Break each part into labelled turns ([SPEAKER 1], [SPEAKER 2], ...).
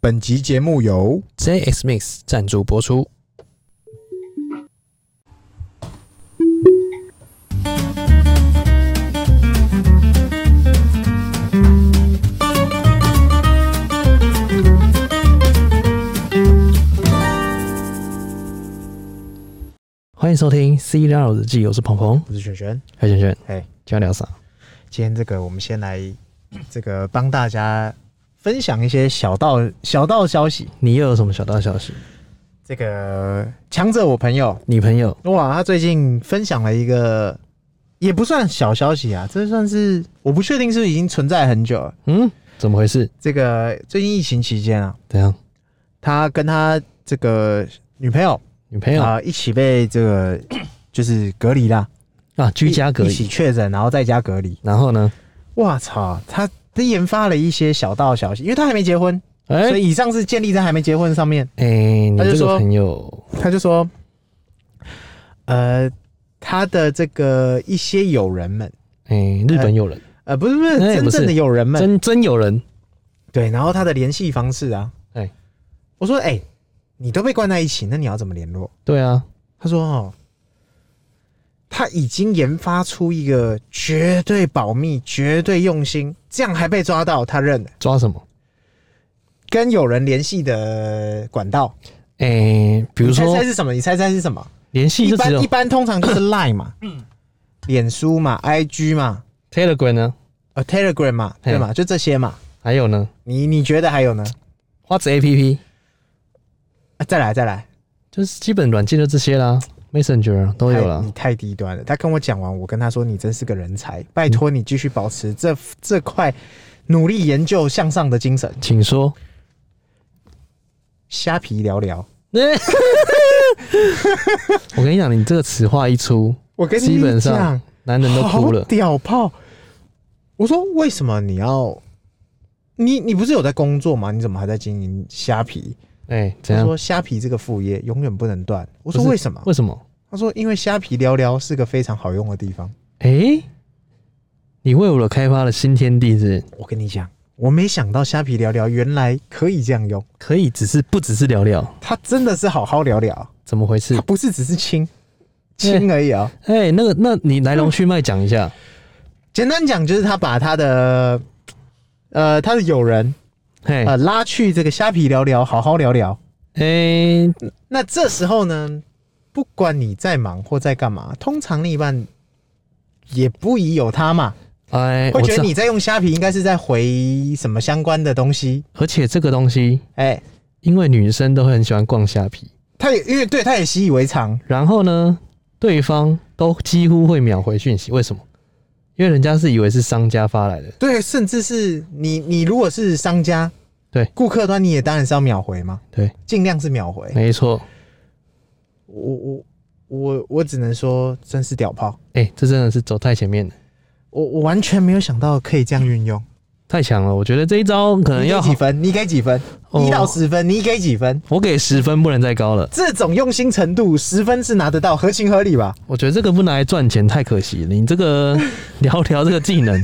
[SPEAKER 1] 本集节目由
[SPEAKER 2] JX Mix 赞助播出。欢迎收听《C 六日记》，我是鹏鹏，
[SPEAKER 1] 我是璇璇。
[SPEAKER 2] 嗨，轩轩，
[SPEAKER 1] 哎，
[SPEAKER 2] 今天聊啥？
[SPEAKER 1] 今天这个我们先来 这个帮大家分享一些小道小道消息。
[SPEAKER 2] 你又有什么小道消息？
[SPEAKER 1] 这个强者我朋友
[SPEAKER 2] 你朋友
[SPEAKER 1] 哇，他最近分享了一个也不算小消息啊，这算是我不确定是不是已经存在很久了。
[SPEAKER 2] 嗯，怎么回事？
[SPEAKER 1] 这个最近疫情期间啊，
[SPEAKER 2] 怎样？
[SPEAKER 1] 他跟他这个女朋友
[SPEAKER 2] 女朋友
[SPEAKER 1] 啊、一起被这个就是隔离啦，
[SPEAKER 2] 啊，居家隔
[SPEAKER 1] 一一起
[SPEAKER 2] 离，
[SPEAKER 1] 确诊，然后在家隔离。
[SPEAKER 2] 然后呢？
[SPEAKER 1] 哇操，他他研发了一些小道消息，因为他还没结婚，
[SPEAKER 2] 哎
[SPEAKER 1] 所以以上是建立在还没结婚上面。
[SPEAKER 2] 哎、你
[SPEAKER 1] 他就
[SPEAKER 2] 这个
[SPEAKER 1] 说
[SPEAKER 2] 朋友，
[SPEAKER 1] 他就说，呃，他的这个一些友人们，
[SPEAKER 2] 哎、日本友人，
[SPEAKER 1] 呃，不是不是
[SPEAKER 2] 哎
[SPEAKER 1] 真
[SPEAKER 2] 不是
[SPEAKER 1] 正的友人们，
[SPEAKER 2] 真真友人，
[SPEAKER 1] 对，然后他的联系方式啊，
[SPEAKER 2] 哎
[SPEAKER 1] 我说哎、你都被关在一起，那你要怎么联络？
[SPEAKER 2] 对啊，
[SPEAKER 1] 他说哦，他已经研发出一个绝对保密、绝对用心，这样还被抓到，他认了。
[SPEAKER 2] 抓什么？
[SPEAKER 1] 跟友人联系的管道，
[SPEAKER 2] 哎、比如
[SPEAKER 1] 你猜
[SPEAKER 2] 说
[SPEAKER 1] 猜是什么？你猜猜是什么？
[SPEAKER 2] 联系
[SPEAKER 1] 一
[SPEAKER 2] 就只
[SPEAKER 1] 般
[SPEAKER 2] 有
[SPEAKER 1] 一般通常就是 Line 嘛，嗯，脸书嘛，IG 嘛，
[SPEAKER 2] Telegram 呢，
[SPEAKER 1] 呃，Telegram 嘛，
[SPEAKER 2] 嘿
[SPEAKER 1] 对嘛，就这些嘛。
[SPEAKER 2] 还有呢，
[SPEAKER 1] 你你觉得还有呢？
[SPEAKER 2] 花子 APP，
[SPEAKER 1] 啊再来再来，
[SPEAKER 2] 就是基本软件就这些啦，Messenger 啊都有
[SPEAKER 1] 太
[SPEAKER 2] 啦
[SPEAKER 1] 你。太低端了。他跟我讲完，我跟他说：“你真是个人才，拜托你继续保持这这块努力研究向上的精神。”
[SPEAKER 2] 请说，
[SPEAKER 1] 虾皮聊聊。
[SPEAKER 2] 哎 我跟你讲，你这个词话一出，
[SPEAKER 1] 我跟你
[SPEAKER 2] 基本上
[SPEAKER 1] 讲
[SPEAKER 2] 男人都哭了
[SPEAKER 1] 好。屌炮！我说为什么你要？你你不是有在工作吗？你怎么还在经营虾皮？
[SPEAKER 2] 哎、怎
[SPEAKER 1] 他
[SPEAKER 2] 样？
[SPEAKER 1] 说虾皮这个副业永远不能断。我说
[SPEAKER 2] 不是
[SPEAKER 1] 为什么？
[SPEAKER 2] 为什么？
[SPEAKER 1] 他说因为虾皮聊聊是个非常好用的地方。
[SPEAKER 2] 哎、你为我开发了新天地是不是
[SPEAKER 1] 我跟你讲，我没想到虾皮聊聊原来可以这样用，
[SPEAKER 2] 可以只是不只是聊聊，
[SPEAKER 1] 它真的是好好聊聊，
[SPEAKER 2] 怎么回事
[SPEAKER 1] 它？不是只是亲
[SPEAKER 2] 嗯
[SPEAKER 1] 亲而已啊、
[SPEAKER 2] 哎、那个，那你来龙去脉讲一 下。
[SPEAKER 1] 简单讲就是他把他的呃他的友人
[SPEAKER 2] 嘿，
[SPEAKER 1] 呃拉去这个虾皮聊聊，好好聊聊。
[SPEAKER 2] 哎、
[SPEAKER 1] 那这时候呢，不管你在忙或在干嘛，通常另一半也不疑有他嘛，
[SPEAKER 2] 哎，
[SPEAKER 1] 会
[SPEAKER 2] 我
[SPEAKER 1] 觉
[SPEAKER 2] 知
[SPEAKER 1] 得
[SPEAKER 2] 道，
[SPEAKER 1] 你在用虾皮，应该是在回什么相关的东西。
[SPEAKER 2] 而且这个东西，
[SPEAKER 1] 哎、
[SPEAKER 2] 因为女生都会很喜欢逛虾皮，
[SPEAKER 1] 他也因为对他也习以为常，
[SPEAKER 2] 然后呢，对方都几乎会秒回讯息，为什么？因为人家是以为是商家发来的，
[SPEAKER 1] 对，甚至是你你如果是商家，
[SPEAKER 2] 对
[SPEAKER 1] 顾客端你也当然是要秒回嘛，
[SPEAKER 2] 对，
[SPEAKER 1] 尽量是秒回。
[SPEAKER 2] 没错，
[SPEAKER 1] 我我我我只能说，真是屌炮，
[SPEAKER 2] 哎、这真的是走太前面了，
[SPEAKER 1] 我我完全没有想到可以这样运用。
[SPEAKER 2] 太强了，我觉得这一招可能
[SPEAKER 1] 你给
[SPEAKER 2] 嗯要
[SPEAKER 1] 几分？你给几分？
[SPEAKER 2] 哦
[SPEAKER 1] 一到十分，你给几分？
[SPEAKER 2] 我给十分，不能再高了。
[SPEAKER 1] 这种用心程度，十分是拿得到，合情合理吧？
[SPEAKER 2] 我觉得这个不拿来赚钱太可惜了。你 这个聊聊这个技能，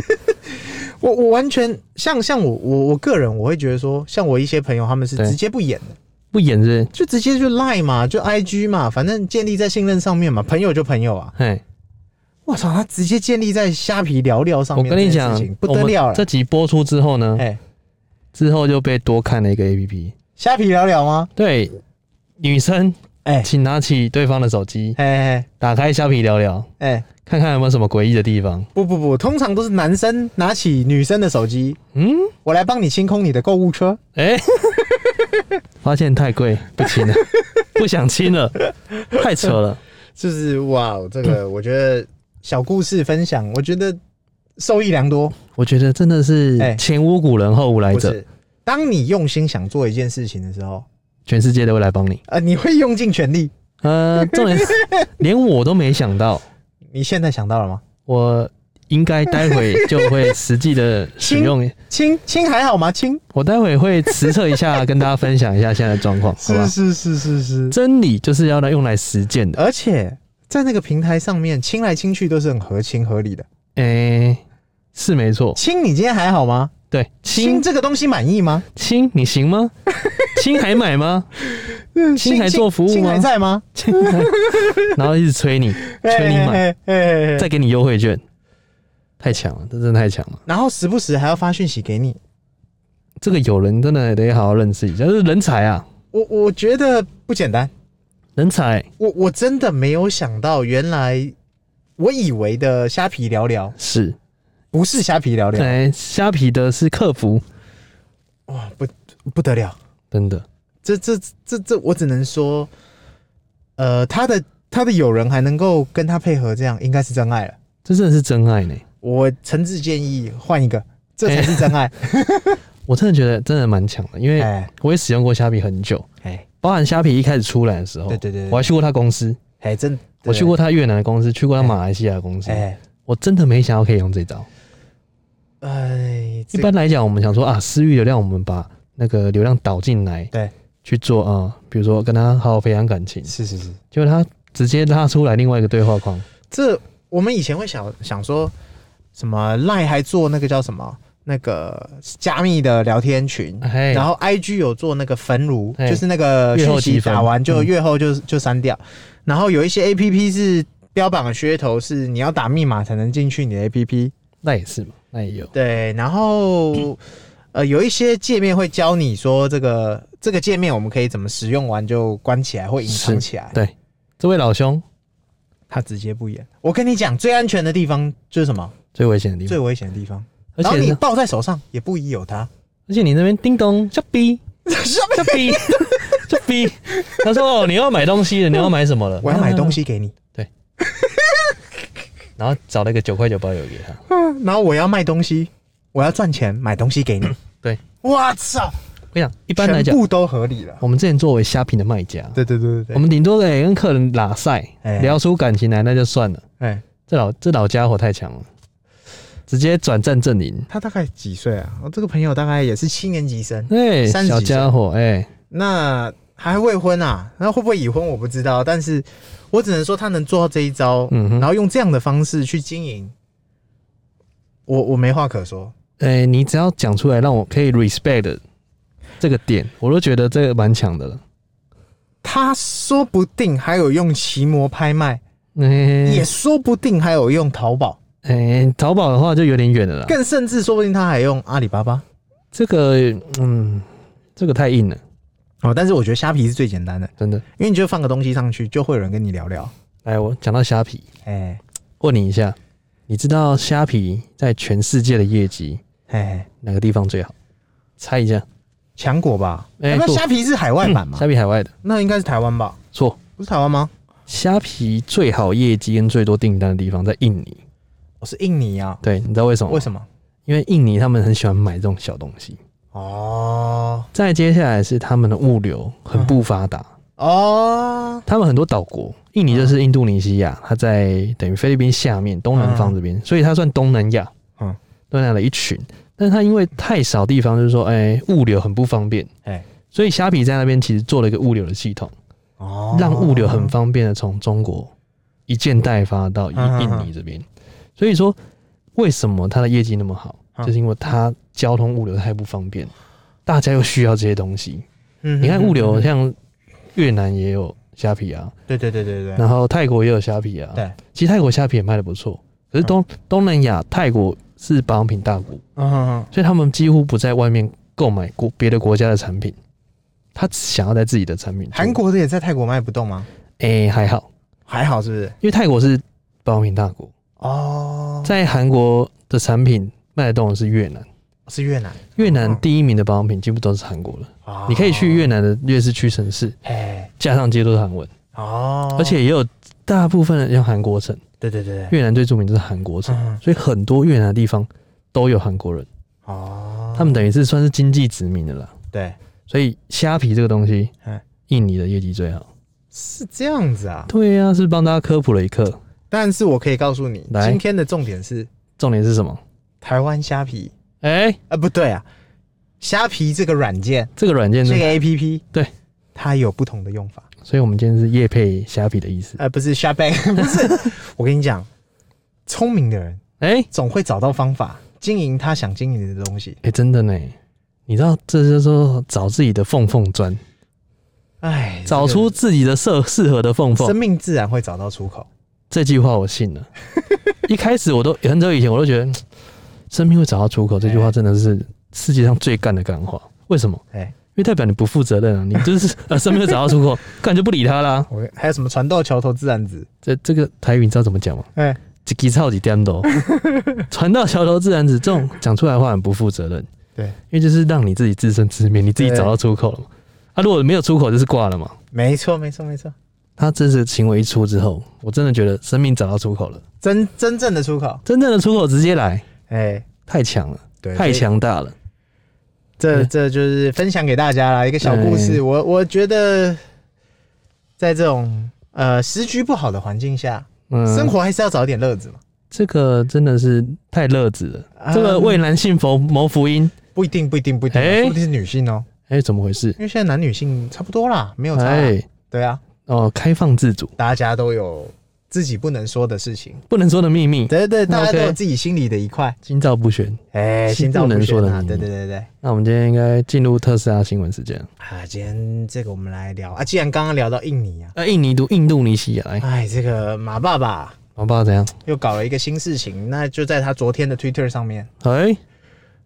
[SPEAKER 1] 我我完全像像我我我个人，我会觉得说，像我一些朋友，他们是
[SPEAKER 2] 对
[SPEAKER 1] 直接不演的，
[SPEAKER 2] 不演是
[SPEAKER 1] 就直接就赖嘛，就 IG 嘛，反正建立在信任上面嘛，朋友就朋友啊。
[SPEAKER 2] 不是，哎，
[SPEAKER 1] 我操，他直接建立在虾皮聊聊上
[SPEAKER 2] 我
[SPEAKER 1] 面，
[SPEAKER 2] 跟你讲，
[SPEAKER 1] 不得
[SPEAKER 2] 我
[SPEAKER 1] 了
[SPEAKER 2] 们这
[SPEAKER 1] 了。
[SPEAKER 2] 集播出之 后呢，
[SPEAKER 1] 哎、
[SPEAKER 2] 之后就被多看了一个 A P P，
[SPEAKER 1] 虾皮聊聊吗？
[SPEAKER 2] 对，女生
[SPEAKER 1] 哎
[SPEAKER 2] 请拿起对方的手机，
[SPEAKER 1] 哎哎
[SPEAKER 2] 打开虾皮聊聊，
[SPEAKER 1] 哎，
[SPEAKER 2] 看看有没有什么诡异的地方。
[SPEAKER 1] 不不不，通常都是男生拿起女生的手机，
[SPEAKER 2] 嗯，
[SPEAKER 1] 我来帮你清空你的购物车。
[SPEAKER 2] 哎、 发现太贵，不亲了， 不想亲了，太扯了。
[SPEAKER 1] 就是哇，这个我觉得小故事分享，我觉得受益良多。
[SPEAKER 2] 我觉得真的
[SPEAKER 1] 哎
[SPEAKER 2] 是前无古人后无来
[SPEAKER 1] 不
[SPEAKER 2] 者，
[SPEAKER 1] 是，当你用心想做一件事情的时候，
[SPEAKER 2] 全世界都会来帮你。
[SPEAKER 1] 呃，你会用尽全力。
[SPEAKER 2] 呃，重 点是连我都没想到，
[SPEAKER 1] 你现在想到了吗？
[SPEAKER 2] 我应该待会就会实际的使用，
[SPEAKER 1] 亲亲还好吗？亲，
[SPEAKER 2] 我待会会实测一下，跟大家分享一下现在的状况，好吧？
[SPEAKER 1] 是是是是。
[SPEAKER 2] 真理就是要来用来实践的。
[SPEAKER 1] 而且在那个平台上面，亲来亲去都是很合情合理的。
[SPEAKER 2] 哎、是没错。
[SPEAKER 1] 亲，你今天还好吗？
[SPEAKER 2] 对，
[SPEAKER 1] 亲
[SPEAKER 2] 亲
[SPEAKER 1] 这个东西满意吗？
[SPEAKER 2] 亲，你行 吗？亲还买吗？嗯亲还做服务吗
[SPEAKER 1] 亲还在吗？
[SPEAKER 2] 亲还，然后一直催你，催你买，
[SPEAKER 1] 哎哎哎哎
[SPEAKER 2] 再给你优惠券，太强了，这真的太强了。
[SPEAKER 1] 然后时不时还要发讯息给你。
[SPEAKER 2] 这个有人真的得好好认识一下，这是人才啊，
[SPEAKER 1] 我我觉得不简单，
[SPEAKER 2] 人才
[SPEAKER 1] 我我真的没有想到，原来我以为的虾皮聊聊
[SPEAKER 2] 是。
[SPEAKER 1] 不是虾皮聊聊，
[SPEAKER 2] 哎，虾皮的是客服，
[SPEAKER 1] 哇，不不得了，
[SPEAKER 2] 真的
[SPEAKER 1] 这这这这，我只能说，呃，他的他的友人还能够跟他配合，这样应该是真爱了。
[SPEAKER 2] 这真的是真爱呢。
[SPEAKER 1] 我诚挚建议换一个，这才是真 爱。
[SPEAKER 2] 我真的觉得真的蛮强的，因为
[SPEAKER 1] 哎
[SPEAKER 2] 我也使用过虾皮很久，
[SPEAKER 1] 哎
[SPEAKER 2] 包含虾皮一开始出来的时候，
[SPEAKER 1] 对对对对
[SPEAKER 2] 哦我还去过他公司，
[SPEAKER 1] 哎，真
[SPEAKER 2] 我去过，他越南的公司，去过他马来西亚的公司，
[SPEAKER 1] 哎
[SPEAKER 2] 我真的没想到可以用这招。
[SPEAKER 1] 哎，
[SPEAKER 2] 一
[SPEAKER 1] 这
[SPEAKER 2] 般来讲，我们想说啊，私域流量，我们把那个流量导进来，
[SPEAKER 1] 对，
[SPEAKER 2] 去做啊、比如说跟他好好培养感情，
[SPEAKER 1] 是是是，
[SPEAKER 2] 结果他直接拉出来另外一个对话框，
[SPEAKER 1] 这我们以前会想想说，什么赖还做那个叫什么那个加密的聊天群，
[SPEAKER 2] 哎，
[SPEAKER 1] 嗯然后 IG 有做那个焚炉，
[SPEAKER 2] 哎
[SPEAKER 1] 就是那个
[SPEAKER 2] 月后
[SPEAKER 1] 讯
[SPEAKER 2] 积
[SPEAKER 1] 息
[SPEAKER 2] 分
[SPEAKER 1] 打完就
[SPEAKER 2] 嗯
[SPEAKER 1] 月后就就删掉，然后有一些 APP 是。标榜的噱头是你要打密码才能进去你的 APP，
[SPEAKER 2] 那也是嘛，那也有，
[SPEAKER 1] 对，然后呃有一些界面会教你说这个这个界面我们可以怎么使用完就关起来或隐藏
[SPEAKER 2] 是
[SPEAKER 1] 起来，
[SPEAKER 2] 对，这位老兄
[SPEAKER 1] 他直接不演。我跟你讲，最安全的地方就是什么？
[SPEAKER 2] 最危险的地
[SPEAKER 1] 最
[SPEAKER 2] 方，
[SPEAKER 1] 危险的地方。
[SPEAKER 2] 而
[SPEAKER 1] 然后
[SPEAKER 2] 且
[SPEAKER 1] 你
[SPEAKER 2] 呢
[SPEAKER 1] 抱在手上也不宜有它。
[SPEAKER 2] 而且你那边叮咚，小逼，小逼， 小逼，他说哦，你要买东西了，你要买什么了？
[SPEAKER 1] 我要买东，西给你，
[SPEAKER 2] 然后找了一个九块九包邮给他，
[SPEAKER 1] 然后我要卖东西，我要赚钱买东西给你。
[SPEAKER 2] 对，
[SPEAKER 1] 我操，
[SPEAKER 2] 我跟你讲，一般来
[SPEAKER 1] 全
[SPEAKER 2] 讲，
[SPEAKER 1] 部都合理了。
[SPEAKER 2] 我们之前作为虾皮的卖家，
[SPEAKER 1] 对对对对
[SPEAKER 2] 我
[SPEAKER 1] 对，
[SPEAKER 2] 们顶多得跟客人拉塞，
[SPEAKER 1] 哎
[SPEAKER 2] 聊出感情来那就算了。
[SPEAKER 1] 哎，
[SPEAKER 2] 这老这老家伙太强了，直接转战阵营。
[SPEAKER 1] 他大概几岁啊？我这个朋友大概也是七年级生，
[SPEAKER 2] 哎、
[SPEAKER 1] 30
[SPEAKER 2] 小家伙，哎、
[SPEAKER 1] 那还未婚啊？那会不会已婚我不知道，但是我只能说他能做到这一招，
[SPEAKER 2] 嗯哼
[SPEAKER 1] 然后用这样的方式去经营，我我没话可说。
[SPEAKER 2] 哎、你只要讲出来，让我可以 respect 的这个点，我都觉得这个蛮强的了。
[SPEAKER 1] 他说不定还有用奇摩拍卖，
[SPEAKER 2] 哎、
[SPEAKER 1] 也说不定还有用淘宝，
[SPEAKER 2] 哎、淘宝的话就有点远了啦。
[SPEAKER 1] 更甚至说不定他还用阿里巴巴。
[SPEAKER 2] 这个，嗯，这个太硬了，
[SPEAKER 1] 哦，但是我觉得虾皮是最简单的，
[SPEAKER 2] 真的。
[SPEAKER 1] 因为你就放个东西上去，就会有人跟你聊聊。
[SPEAKER 2] 来，我讲到虾皮，
[SPEAKER 1] 哎
[SPEAKER 2] 问你一下，你知道虾皮在全世界的业绩
[SPEAKER 1] 哎，
[SPEAKER 2] 哪个地方最好？猜一下，
[SPEAKER 1] 强果吧？
[SPEAKER 2] 哎
[SPEAKER 1] 哎，那
[SPEAKER 2] 不嗯
[SPEAKER 1] 虾皮是海外版嘛？
[SPEAKER 2] 虾皮海外的
[SPEAKER 1] 那应该是台湾吧？
[SPEAKER 2] 错。
[SPEAKER 1] 不是台湾吗？
[SPEAKER 2] 虾皮最好业绩跟最多订单的地方在印尼，
[SPEAKER 1] 我是印尼啊？
[SPEAKER 2] 对，你知道为什么吗？
[SPEAKER 1] 为什么？
[SPEAKER 2] 因为印尼他们很喜欢买这种小东西。
[SPEAKER 1] 哦
[SPEAKER 2] 再接下来是他们的物流很不发达，
[SPEAKER 1] 哦，
[SPEAKER 2] 他们很多岛国，印尼就是印度尼西亚，它在等于菲律宾下面东南方这边，所以它算东南亚，
[SPEAKER 1] 嗯
[SPEAKER 2] 嗯，东南亚的一群。但是它因为太少地方，就是说，哎、物流很不方便，
[SPEAKER 1] 哎
[SPEAKER 2] 所以虾皮在那边其实做了一个物流的系统，
[SPEAKER 1] 哦，
[SPEAKER 2] 让物流很方便的从中国一件代发到印
[SPEAKER 1] 嗯嗯嗯
[SPEAKER 2] 印尼这边。所以说，为什么它的业绩那么好，
[SPEAKER 1] 嗯
[SPEAKER 2] 就是因为它交通物流太不方便，大家又需要这些东西。
[SPEAKER 1] 嗯。
[SPEAKER 2] 你看物流，
[SPEAKER 1] 嗯，嗯
[SPEAKER 2] 像越南也有虾皮啊，
[SPEAKER 1] 对对对对对
[SPEAKER 2] 然后泰国也有虾皮啊。
[SPEAKER 1] 对，
[SPEAKER 2] 其实泰国虾皮也卖的不错，可是东东南亚泰国是保养品大国，
[SPEAKER 1] 嗯嗯
[SPEAKER 2] 所以他们几乎不在外面购买国别的国家的产品，他只想要在自己的产品。
[SPEAKER 1] 韩国的也在泰国卖不动吗？
[SPEAKER 2] 哎、还好，
[SPEAKER 1] 还好是不是？
[SPEAKER 2] 因为泰国是保养品大国，
[SPEAKER 1] 哦，
[SPEAKER 2] 在韩国的产品卖得动的是越南，
[SPEAKER 1] 是越南。
[SPEAKER 2] 越南第一名的保养品几乎都是韩国的。
[SPEAKER 1] 嗯哦
[SPEAKER 2] 你可以去越南的劣势区城市，
[SPEAKER 1] 哎
[SPEAKER 2] 加上街都是韩文，
[SPEAKER 1] 哦，
[SPEAKER 2] 而且也有大部分人用韩国城。
[SPEAKER 1] 对对对对
[SPEAKER 2] 越南最著名就是韩国城，
[SPEAKER 1] 嗯
[SPEAKER 2] 所以很多越南的地方都有韩国人，
[SPEAKER 1] 哦，
[SPEAKER 2] 他们等于是算是经济殖民的啦。
[SPEAKER 1] 对
[SPEAKER 2] 所以虾皮这个东西
[SPEAKER 1] 嗯，
[SPEAKER 2] 印尼的业绩最好。
[SPEAKER 1] 是这样子啊。
[SPEAKER 2] 对呀、是帮大家科普了一课。
[SPEAKER 1] 但是我可以告诉你，
[SPEAKER 2] 来
[SPEAKER 1] 今天的重点是
[SPEAKER 2] 重点是什么？
[SPEAKER 1] 台湾虾皮
[SPEAKER 2] 哎、
[SPEAKER 1] 啊、不对啊，虾皮这个软件
[SPEAKER 2] 这个软件
[SPEAKER 1] 这
[SPEAKER 2] 呢
[SPEAKER 1] 个？A P P
[SPEAKER 2] 对。
[SPEAKER 1] 它有不同的用法，
[SPEAKER 2] 所以我们今天是夜配虾皮的意思。
[SPEAKER 1] 呃， 不是 s h a b a n 不是。我跟你讲，聪明的人
[SPEAKER 2] 哎、
[SPEAKER 1] 总会找到方法经营他想经营的东西。
[SPEAKER 2] 哎、真的呢，你知道这就是说找自己的缝缝钻，
[SPEAKER 1] 哎，
[SPEAKER 2] 找出自己的适适合的缝
[SPEAKER 1] 这个
[SPEAKER 2] 缝
[SPEAKER 1] 生。命自然会找到出口。
[SPEAKER 2] 这句话我信 了。一开始我都很久以前我都觉得，嗯生命会找到出口。这句话真的是世界上最干的干话。为什么？
[SPEAKER 1] 哎，
[SPEAKER 2] 因为代表你不负责任啊！你就是呃，生命会找到出口， 干就不理他啦。
[SPEAKER 1] 我还有什么船到桥头自然直？
[SPEAKER 2] 这这个台语你知道怎么讲吗？
[SPEAKER 1] 哎，
[SPEAKER 2] 几几超级 颠倒，船到桥头自然直。这种讲出来的话很不负责任，
[SPEAKER 1] 对，
[SPEAKER 2] 因为就是让你自己自生自灭，你自己
[SPEAKER 1] 对
[SPEAKER 2] 找到出口了嘛。啊，如果没有出口，就是挂了嘛。
[SPEAKER 1] 没错，没错，没错，
[SPEAKER 2] 他这次行为一出之后，我真的觉得生命找到出口了，
[SPEAKER 1] 真真正的出口。
[SPEAKER 2] 真正的出口直接来，
[SPEAKER 1] 哎，
[SPEAKER 2] 太强了，
[SPEAKER 1] 对，
[SPEAKER 2] 太强大了。
[SPEAKER 1] 这
[SPEAKER 2] 对
[SPEAKER 1] 这就是分享给大家啦，一个小故事。
[SPEAKER 2] 对
[SPEAKER 1] 我我觉得，在这种呃时局不好的环境下，
[SPEAKER 2] 嗯，
[SPEAKER 1] 生活还是要找点乐子嘛。
[SPEAKER 2] 这个真的是太乐子了。
[SPEAKER 1] 啊
[SPEAKER 2] 这个为男性佛谋福音，
[SPEAKER 1] 不一定，不一定，不一定，
[SPEAKER 2] 哎
[SPEAKER 1] 说不定是女性哦，
[SPEAKER 2] 哎、怎么回事
[SPEAKER 1] 因？为现在男女性差不多啦，没有差啦。
[SPEAKER 2] 哎、
[SPEAKER 1] 对啊，
[SPEAKER 2] 哦，开放自主，
[SPEAKER 1] 大家都有自己不能说的事情，
[SPEAKER 2] 不能说的秘密，
[SPEAKER 1] 对对，
[SPEAKER 2] 那
[SPEAKER 1] 大家
[SPEAKER 2] OK
[SPEAKER 1] 都有自己心里的一块，
[SPEAKER 2] 心照不宣。
[SPEAKER 1] 哎，
[SPEAKER 2] 是
[SPEAKER 1] 心照
[SPEAKER 2] 不能
[SPEAKER 1] 宣
[SPEAKER 2] 说的
[SPEAKER 1] 啊
[SPEAKER 2] 秘密
[SPEAKER 1] 对对对对。
[SPEAKER 2] 那我们今天应该进入特斯拉新闻时间。
[SPEAKER 1] 啊，今天这个我们来聊啊，既然刚刚聊到印尼啊，
[SPEAKER 2] 那、印尼度印度尼西亚，来，
[SPEAKER 1] 哎，这个马爸爸
[SPEAKER 2] 我爸怎样？
[SPEAKER 1] 又搞了一个新事情，那就在他昨天的 Twitter 上面，
[SPEAKER 2] 哎、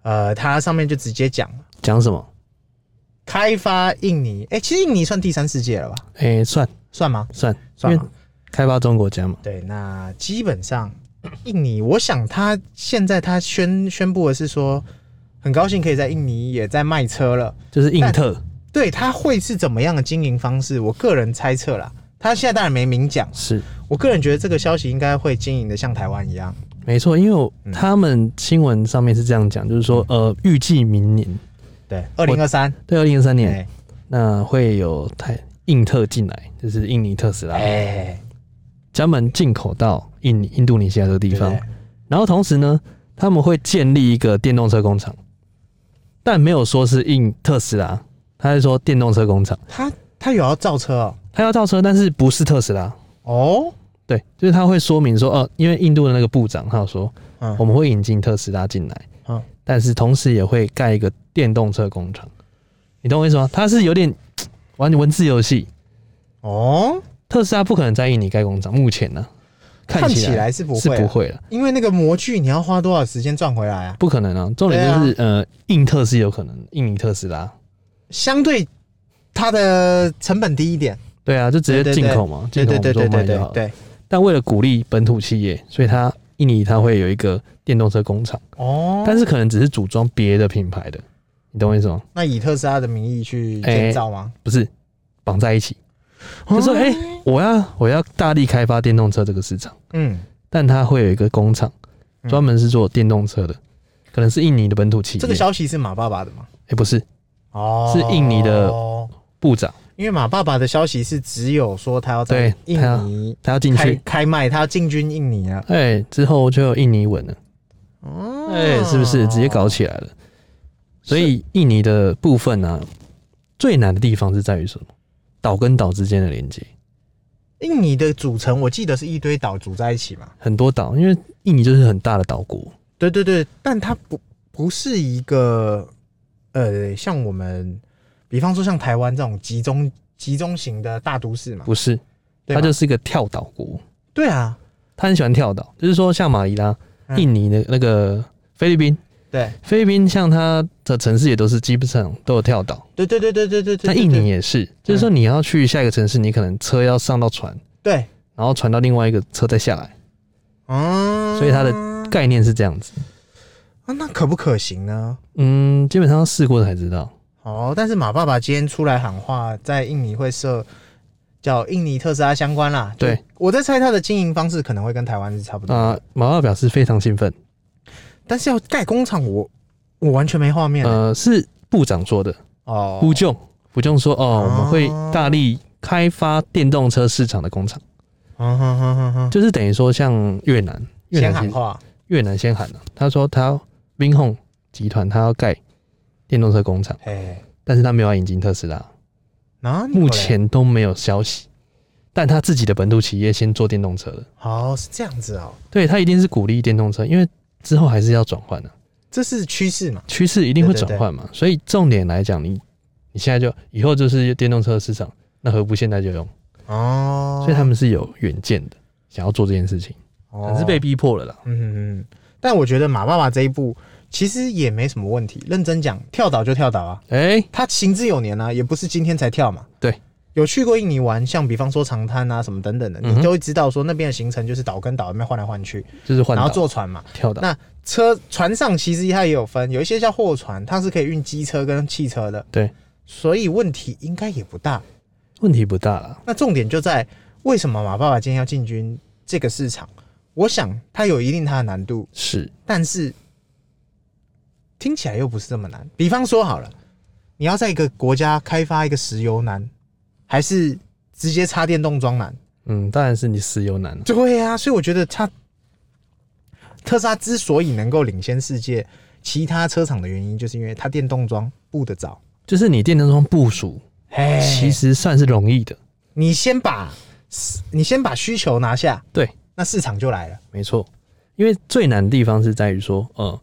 [SPEAKER 1] 呃，他上面就直接讲了
[SPEAKER 2] 讲什么？
[SPEAKER 1] 开发印尼，哎、其实印尼算第三世界了吧？
[SPEAKER 2] 哎、算
[SPEAKER 1] 算吗？
[SPEAKER 2] 算
[SPEAKER 1] 算
[SPEAKER 2] 因
[SPEAKER 1] 吗
[SPEAKER 2] 为？开发中国家嘛。
[SPEAKER 1] 对，那基本上印尼，我想他现在他宣宣布的是说，很高兴可以在印尼也在卖车了。
[SPEAKER 2] 就是印特
[SPEAKER 1] 对，他会是怎么样的经营方式？我个人猜测啦，他现在当然没明讲。
[SPEAKER 2] 是
[SPEAKER 1] 我个人觉得这个消息应该会经营的像台湾一样，
[SPEAKER 2] 没错，因为我
[SPEAKER 1] 嗯
[SPEAKER 2] 他们新闻上面是这样讲，就是说呃，预计明年
[SPEAKER 1] 对，二零二三
[SPEAKER 2] 对二零二三年
[SPEAKER 1] 年，
[SPEAKER 2] 那会有泰印特进来，就是印尼特斯拉，
[SPEAKER 1] 哎，
[SPEAKER 2] 专门进口到印尼、印度尼西亚这个地
[SPEAKER 1] 对
[SPEAKER 2] 方
[SPEAKER 1] 对。
[SPEAKER 2] 然后同时呢，他们会建立一个电动车工厂，但没有说是印特斯拉，他是说电动车工厂，
[SPEAKER 1] 他他有要造车哦，
[SPEAKER 2] 他要造车，但是不是特斯拉。
[SPEAKER 1] 哦，
[SPEAKER 2] 对，就是他会说明说，哦、因为印度的那个部长他有说，
[SPEAKER 1] 嗯
[SPEAKER 2] 我们会引进特斯拉进来，
[SPEAKER 1] 嗯
[SPEAKER 2] 但是同时也会盖一个电动车工厂，你懂我意思吗？他是有点玩文字游戏，
[SPEAKER 1] 哦，
[SPEAKER 2] 特斯拉不可能在印尼盖工厂，目前呢、
[SPEAKER 1] 看
[SPEAKER 2] 起
[SPEAKER 1] 起
[SPEAKER 2] 来
[SPEAKER 1] 来是不
[SPEAKER 2] 是
[SPEAKER 1] 会啊，
[SPEAKER 2] 不会了，
[SPEAKER 1] 因为那个模具你要花多少时间赚回来啊？
[SPEAKER 2] 不可能啊。重点就是、呃，印特是有可能，印尼特斯拉，
[SPEAKER 1] 相对它的成本低一点，
[SPEAKER 2] 对啊，就直接
[SPEAKER 1] 对对
[SPEAKER 2] 进口嘛，进
[SPEAKER 1] 对
[SPEAKER 2] 口
[SPEAKER 1] 对对对
[SPEAKER 2] 我们就
[SPEAKER 1] 对
[SPEAKER 2] 卖就
[SPEAKER 1] 对
[SPEAKER 2] 好了。
[SPEAKER 1] 对，
[SPEAKER 2] 但为了鼓励本土企业，所以它印尼它会有一个电动车工厂，
[SPEAKER 1] 哦，
[SPEAKER 2] 但是可能只是组装别的品牌的，你懂我意思吗？
[SPEAKER 1] 那以特斯拉的名义去建造吗？
[SPEAKER 2] 不是绑在一起，就
[SPEAKER 1] 哦
[SPEAKER 2] 说哎、我要我要大力开发电动车这个市场，
[SPEAKER 1] 嗯，
[SPEAKER 2] 但它会有一个工厂
[SPEAKER 1] 嗯
[SPEAKER 2] 专门是做电动车的，可能是印尼的本土企业，
[SPEAKER 1] 这个消息是马爸爸的吗？
[SPEAKER 2] 哎、不是
[SPEAKER 1] 哦，
[SPEAKER 2] 是印尼的部长。
[SPEAKER 1] 因为马爸爸的消息是只有说他要在
[SPEAKER 2] 对
[SPEAKER 1] 印
[SPEAKER 2] 他要
[SPEAKER 1] 尼
[SPEAKER 2] 他要进
[SPEAKER 1] 开
[SPEAKER 2] 去，
[SPEAKER 1] 开卖，他要进军印尼啊了。
[SPEAKER 2] 哎、之后就有印尼文了，
[SPEAKER 1] 哦
[SPEAKER 2] 哎、是不是直接搞起来了？所以印尼的部分呢、最难的地方是在于什么？岛跟岛之间的连接，
[SPEAKER 1] 印尼的组成，我记得是一堆岛组在一起嘛。
[SPEAKER 2] 很多岛，因为印尼就是很大的岛国，
[SPEAKER 1] 对对对，但它不不是一个呃，像我们，比方说像台湾这种集中集中型的大都市嘛，
[SPEAKER 2] 不是，
[SPEAKER 1] 对
[SPEAKER 2] 它
[SPEAKER 1] 吧
[SPEAKER 2] 就是一个跳岛国，
[SPEAKER 1] 对啊，
[SPEAKER 2] 他很喜欢跳岛，就是说像马尼拉、
[SPEAKER 1] 嗯
[SPEAKER 2] 印尼的那个菲律宾，
[SPEAKER 1] 对
[SPEAKER 2] 菲律宾像它的城市也都是基本上都有跳岛，
[SPEAKER 1] 对对对对对对对，嗯
[SPEAKER 2] 但印尼也是，就是说你要去下一个城市，你可能车要上到船，
[SPEAKER 1] 对，
[SPEAKER 2] 然后船到另外一个车再下来，
[SPEAKER 1] 嗯，
[SPEAKER 2] 所以它的
[SPEAKER 1] 啊
[SPEAKER 2] 概念是这样子。
[SPEAKER 1] 那可不可行呢？
[SPEAKER 2] 嗯，基本上要试过才知道。
[SPEAKER 1] 哦，但是马爸爸今天出来喊话，在印尼会设叫印尼特斯拉相关啦。
[SPEAKER 2] 对嗯
[SPEAKER 1] 就，我在猜他的经营方式可能会跟台湾是差不多，
[SPEAKER 2] 那、啊马爸表示非常兴奋，
[SPEAKER 1] 但是要盖工厂，我我完全没画面、
[SPEAKER 2] 呃，是部长说的。
[SPEAKER 1] 嗯哦。
[SPEAKER 2] 呼救，呼救说，哦，我们会大力开发电动车市场的工厂，
[SPEAKER 1] 嗯哼哼哼哼，
[SPEAKER 2] 就是等于说像越南，越
[SPEAKER 1] 先
[SPEAKER 2] 南
[SPEAKER 1] 喊
[SPEAKER 2] 先
[SPEAKER 1] 话，
[SPEAKER 2] 越南先喊了、啊他说他 Vinhome 集团他要盖电动车工厂，
[SPEAKER 1] 哎，
[SPEAKER 2] 但是他没有要引进特斯拉，
[SPEAKER 1] 那你
[SPEAKER 2] 目
[SPEAKER 1] 过来
[SPEAKER 2] 前都没有消息。但他自己的本土企业先做电动车了，
[SPEAKER 1] 哦是这样子哦，
[SPEAKER 2] 对他一定是鼓励电动车，因为之后还是要转换的、啊
[SPEAKER 1] 这是趋势嘛？
[SPEAKER 2] 趋势一定会转换嘛。所以重点来讲，你你现在就以后就是电动车市场，那何不现在就用？
[SPEAKER 1] 哦，
[SPEAKER 2] 所以他们是有远见的，想要做这件事情，可
[SPEAKER 1] 哦
[SPEAKER 2] 能是被逼迫了啦。
[SPEAKER 1] 嗯嗯嗯。但我觉得马爸爸这一步其实也没什么问题，认真讲，跳岛就跳岛啊，
[SPEAKER 2] 哎、
[SPEAKER 1] 他行之有年啊，也不是今天才跳嘛。
[SPEAKER 2] 对，
[SPEAKER 1] 有去过印尼玩，像比方说长滩啊什么等等的，
[SPEAKER 2] 嗯
[SPEAKER 1] 你
[SPEAKER 2] 哼
[SPEAKER 1] 就会知道说那边的行程就是岛跟岛那边换来换去，
[SPEAKER 2] 就是换
[SPEAKER 1] 然后
[SPEAKER 2] 岛、
[SPEAKER 1] 坐船嘛。
[SPEAKER 2] 跳岛，
[SPEAKER 1] 那车船上其实它也有分，有一些叫货船，它是可以运机车跟汽车的，
[SPEAKER 2] 对，
[SPEAKER 1] 所以问题应该也不大。
[SPEAKER 2] 问题不大啦。
[SPEAKER 1] 那重点就在为什么马爸爸今天要进军这个市场？我想它有一定它的难度，
[SPEAKER 2] 是，
[SPEAKER 1] 但是听起来又不是这么难。比方说好了，你要在一个国家开发一个石油男，还是直接插电动桩男？
[SPEAKER 2] 嗯，当然是你石油男了。
[SPEAKER 1] 对呀、所以我觉得它特斯拉之所以能够领先世界其他车厂的原因，就是因为它电动桩布得早。
[SPEAKER 2] 就是你电动车部署，
[SPEAKER 1] 哎
[SPEAKER 2] 其实算是容易的。
[SPEAKER 1] 你先把你先把需求拿下，
[SPEAKER 2] 对，
[SPEAKER 1] 那市场就来了。
[SPEAKER 2] 没错，因为最难的地方是在于说，呃，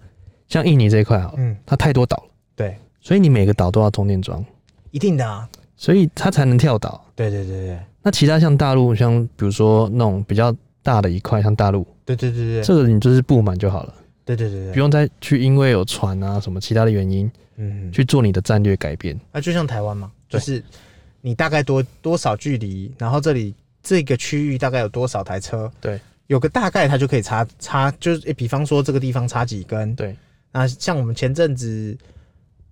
[SPEAKER 2] 像印尼这一块好了，
[SPEAKER 1] 嗯，
[SPEAKER 2] 它太多岛了，
[SPEAKER 1] 对，
[SPEAKER 2] 所以你每个岛都要充电桩，
[SPEAKER 1] 一定的啊。
[SPEAKER 2] 所以它才能跳岛。
[SPEAKER 1] 对对对对
[SPEAKER 2] 那其他像大陆，像比如说那种比较大的一块，像大陆，
[SPEAKER 1] 对对对对
[SPEAKER 2] 这个你就是布满就好了，
[SPEAKER 1] 对对对
[SPEAKER 2] 不
[SPEAKER 1] 对，
[SPEAKER 2] 用再去因为有船啊什么其他的原因
[SPEAKER 1] 嗯，
[SPEAKER 2] 去做你的战略改变。
[SPEAKER 1] 啊那就像台湾嘛，就
[SPEAKER 2] 对
[SPEAKER 1] 是你大概多多少距离，然后这里这个区域大概有多少台车，
[SPEAKER 2] 对，
[SPEAKER 1] 有个大概它就可以插插，就是、诶比方说这个地方插几根，
[SPEAKER 2] 对，
[SPEAKER 1] 那像我们前阵子，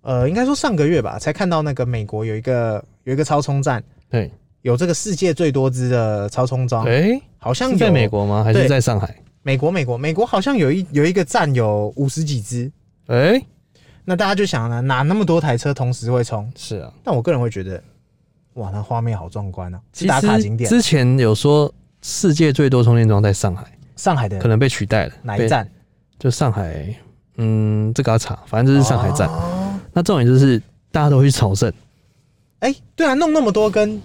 [SPEAKER 1] 呃，应该说上个月吧，才看到那个美国有一个有一个超充站，
[SPEAKER 2] 对，
[SPEAKER 1] 有这个世界最多支的超充桩，
[SPEAKER 2] 哎、
[SPEAKER 1] 好像
[SPEAKER 2] 是在
[SPEAKER 1] 有
[SPEAKER 2] 美，国吗？还
[SPEAKER 1] 对
[SPEAKER 2] 是在上海？
[SPEAKER 1] 美国，美国，美国好像有一有一个站有五十几支，
[SPEAKER 2] 哎、
[SPEAKER 1] 那大家就想了，啊哪那么多台车同时会充？
[SPEAKER 2] 是啊，
[SPEAKER 1] 但我个人会觉得，哇，那画面好壮观啊！是
[SPEAKER 2] 其
[SPEAKER 1] 打卡景
[SPEAKER 2] 实
[SPEAKER 1] 点，
[SPEAKER 2] 之前有说世界最多充电桩在上海，
[SPEAKER 1] 上海的
[SPEAKER 2] 可能被取代了，
[SPEAKER 1] 哪
[SPEAKER 2] 被
[SPEAKER 1] 一站？
[SPEAKER 2] 就上海，嗯，这个要查，反正就是上海站。
[SPEAKER 1] 哦
[SPEAKER 2] 那重点就是大家都会 去朝圣，
[SPEAKER 1] 哎、对啊，弄那么多根，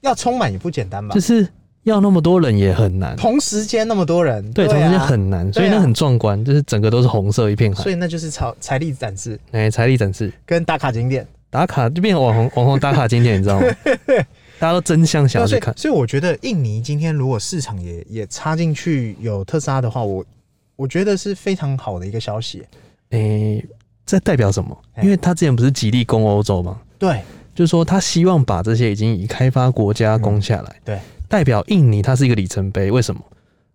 [SPEAKER 1] 要充满也不简单吧？
[SPEAKER 2] 就是要那么多人也很难，
[SPEAKER 1] 同时间那么多人，
[SPEAKER 2] 对，同
[SPEAKER 1] 啊
[SPEAKER 2] 时间很难，所以
[SPEAKER 1] 对啊
[SPEAKER 2] 那很壮观，就是整个都是红色一片海
[SPEAKER 1] 所，以那就是财财力展示
[SPEAKER 2] 哎，财力展示
[SPEAKER 1] 跟打卡景点。
[SPEAKER 2] 打卡就变成网红网红打卡景点，你 知道吗？大家都争相想
[SPEAKER 1] 对啊
[SPEAKER 2] 要
[SPEAKER 1] 所
[SPEAKER 2] 去
[SPEAKER 1] 以
[SPEAKER 2] 看，
[SPEAKER 1] 所以我觉得印尼今天如果市场也也插进去有特斯拉的话，我我觉得是非常好的一个消息。
[SPEAKER 2] 哎，这代表什么？
[SPEAKER 1] 哎
[SPEAKER 2] 因为他之前不是极力攻欧洲吗？
[SPEAKER 1] 对
[SPEAKER 2] 就是说他希望把这些已经已开发国家攻下来，
[SPEAKER 1] 对，哎、
[SPEAKER 2] 代表印尼它是一个里程碑，为什么？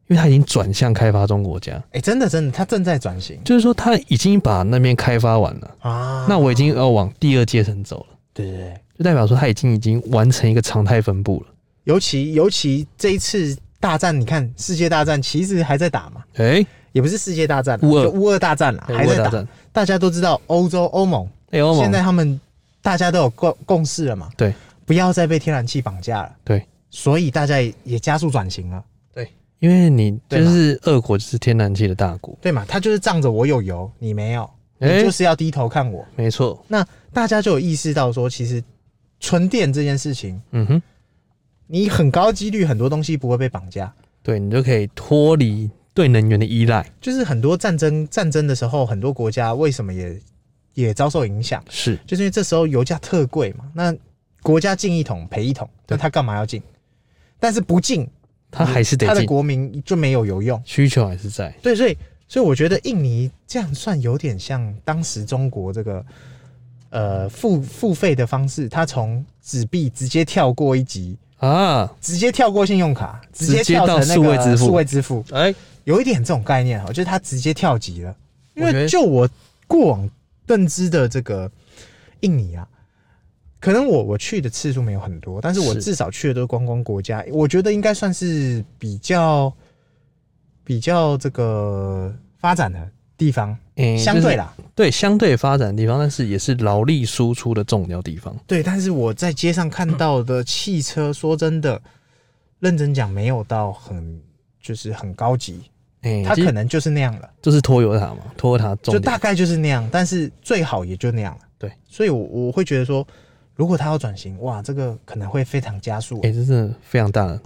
[SPEAKER 2] 因为它已经转向开发中国家，
[SPEAKER 1] 哎真的真的，它正在转型
[SPEAKER 2] 就是说它已经把那边开发完了，
[SPEAKER 1] 啊。
[SPEAKER 2] 那我已经要往第二阶层走了，
[SPEAKER 1] 对对对，
[SPEAKER 2] 就代表说它已经已经完成一个常态分布了。
[SPEAKER 1] 尤其尤其这一次大战，你看世界大战其实还在打嘛，
[SPEAKER 2] 哎、
[SPEAKER 1] 也不是世界大战啦，
[SPEAKER 2] 乌俄
[SPEAKER 1] 就乌俄大战啦，
[SPEAKER 2] 哎
[SPEAKER 1] 还
[SPEAKER 2] 乌
[SPEAKER 1] 在
[SPEAKER 2] 俄大
[SPEAKER 1] 打。
[SPEAKER 2] 战，
[SPEAKER 1] 大家都知道，欧洲欧盟
[SPEAKER 2] 哎，欧
[SPEAKER 1] 现在
[SPEAKER 2] 盟，
[SPEAKER 1] 他们大家都有共共识了嘛，
[SPEAKER 2] 对，
[SPEAKER 1] 不要再被天然气绑架了，
[SPEAKER 2] 对，
[SPEAKER 1] 所以大家也也加速转型了，
[SPEAKER 2] 因为你
[SPEAKER 1] 对
[SPEAKER 2] 就
[SPEAKER 1] 嘛
[SPEAKER 2] 是俄国就是天然气的大国，
[SPEAKER 1] 对嘛？他就是仗着我有油，你没有，你
[SPEAKER 2] 哎、
[SPEAKER 1] 就是要低头看我。
[SPEAKER 2] 没错，
[SPEAKER 1] 那大家就有意识到说，其实纯电这件事情，
[SPEAKER 2] 嗯哼，
[SPEAKER 1] 你很高几率很多东西不会被绑架，
[SPEAKER 2] 对你就可以脱离对能源的依赖，
[SPEAKER 1] 就是很多战争战争的时候，很多国家为什么也也遭受影响，
[SPEAKER 2] 是
[SPEAKER 1] 就是因为这时候油价特贵嘛。那国家进一桶赔一桶，那
[SPEAKER 2] 对
[SPEAKER 1] 他干嘛要进？但是不进，
[SPEAKER 2] 它还是得
[SPEAKER 1] 他的
[SPEAKER 2] 进，
[SPEAKER 1] 国民就没有油用。
[SPEAKER 2] 需求还是在，
[SPEAKER 1] 对，所以所以我觉得印尼这样算有点像当时中国这个呃付付费的方式，它从纸币直接跳过一级，
[SPEAKER 2] 啊，
[SPEAKER 1] 直接跳过信用卡，直接
[SPEAKER 2] 直接
[SPEAKER 1] 跳成
[SPEAKER 2] 到
[SPEAKER 1] 那
[SPEAKER 2] 数位
[SPEAKER 1] 个
[SPEAKER 2] 支付
[SPEAKER 1] 数位支付，
[SPEAKER 2] 哎、
[SPEAKER 1] 有一点这种概念哦，就是它直接跳级了。因
[SPEAKER 2] 我觉
[SPEAKER 1] 为
[SPEAKER 2] 得
[SPEAKER 1] 就我过往认知的这个印尼啊，可能我我去的次数没有很多，但是我
[SPEAKER 2] 是
[SPEAKER 1] 至少去的都是观光国家，我觉得应该算是比较比较这个发展的地方，
[SPEAKER 2] 哎
[SPEAKER 1] 相
[SPEAKER 2] 就是
[SPEAKER 1] 对啦，
[SPEAKER 2] 对相对发展的地方，但是也是劳力输出的重要地方。
[SPEAKER 1] 对。但是我在街上看到的汽车，说真的，认真讲没有到很就是很高级，
[SPEAKER 2] 哎、
[SPEAKER 1] 它
[SPEAKER 2] 其实
[SPEAKER 1] 可能就是那样了。
[SPEAKER 2] 就是拖油塔嘛，拖油塔重
[SPEAKER 1] 就
[SPEAKER 2] 点
[SPEAKER 1] 大概就是那样，但是最好也就那样了。
[SPEAKER 2] 对，
[SPEAKER 1] 所以我我会觉得说，如果他要转型，哇，这个可能会非常加速。
[SPEAKER 2] 哎、这真的非常大的、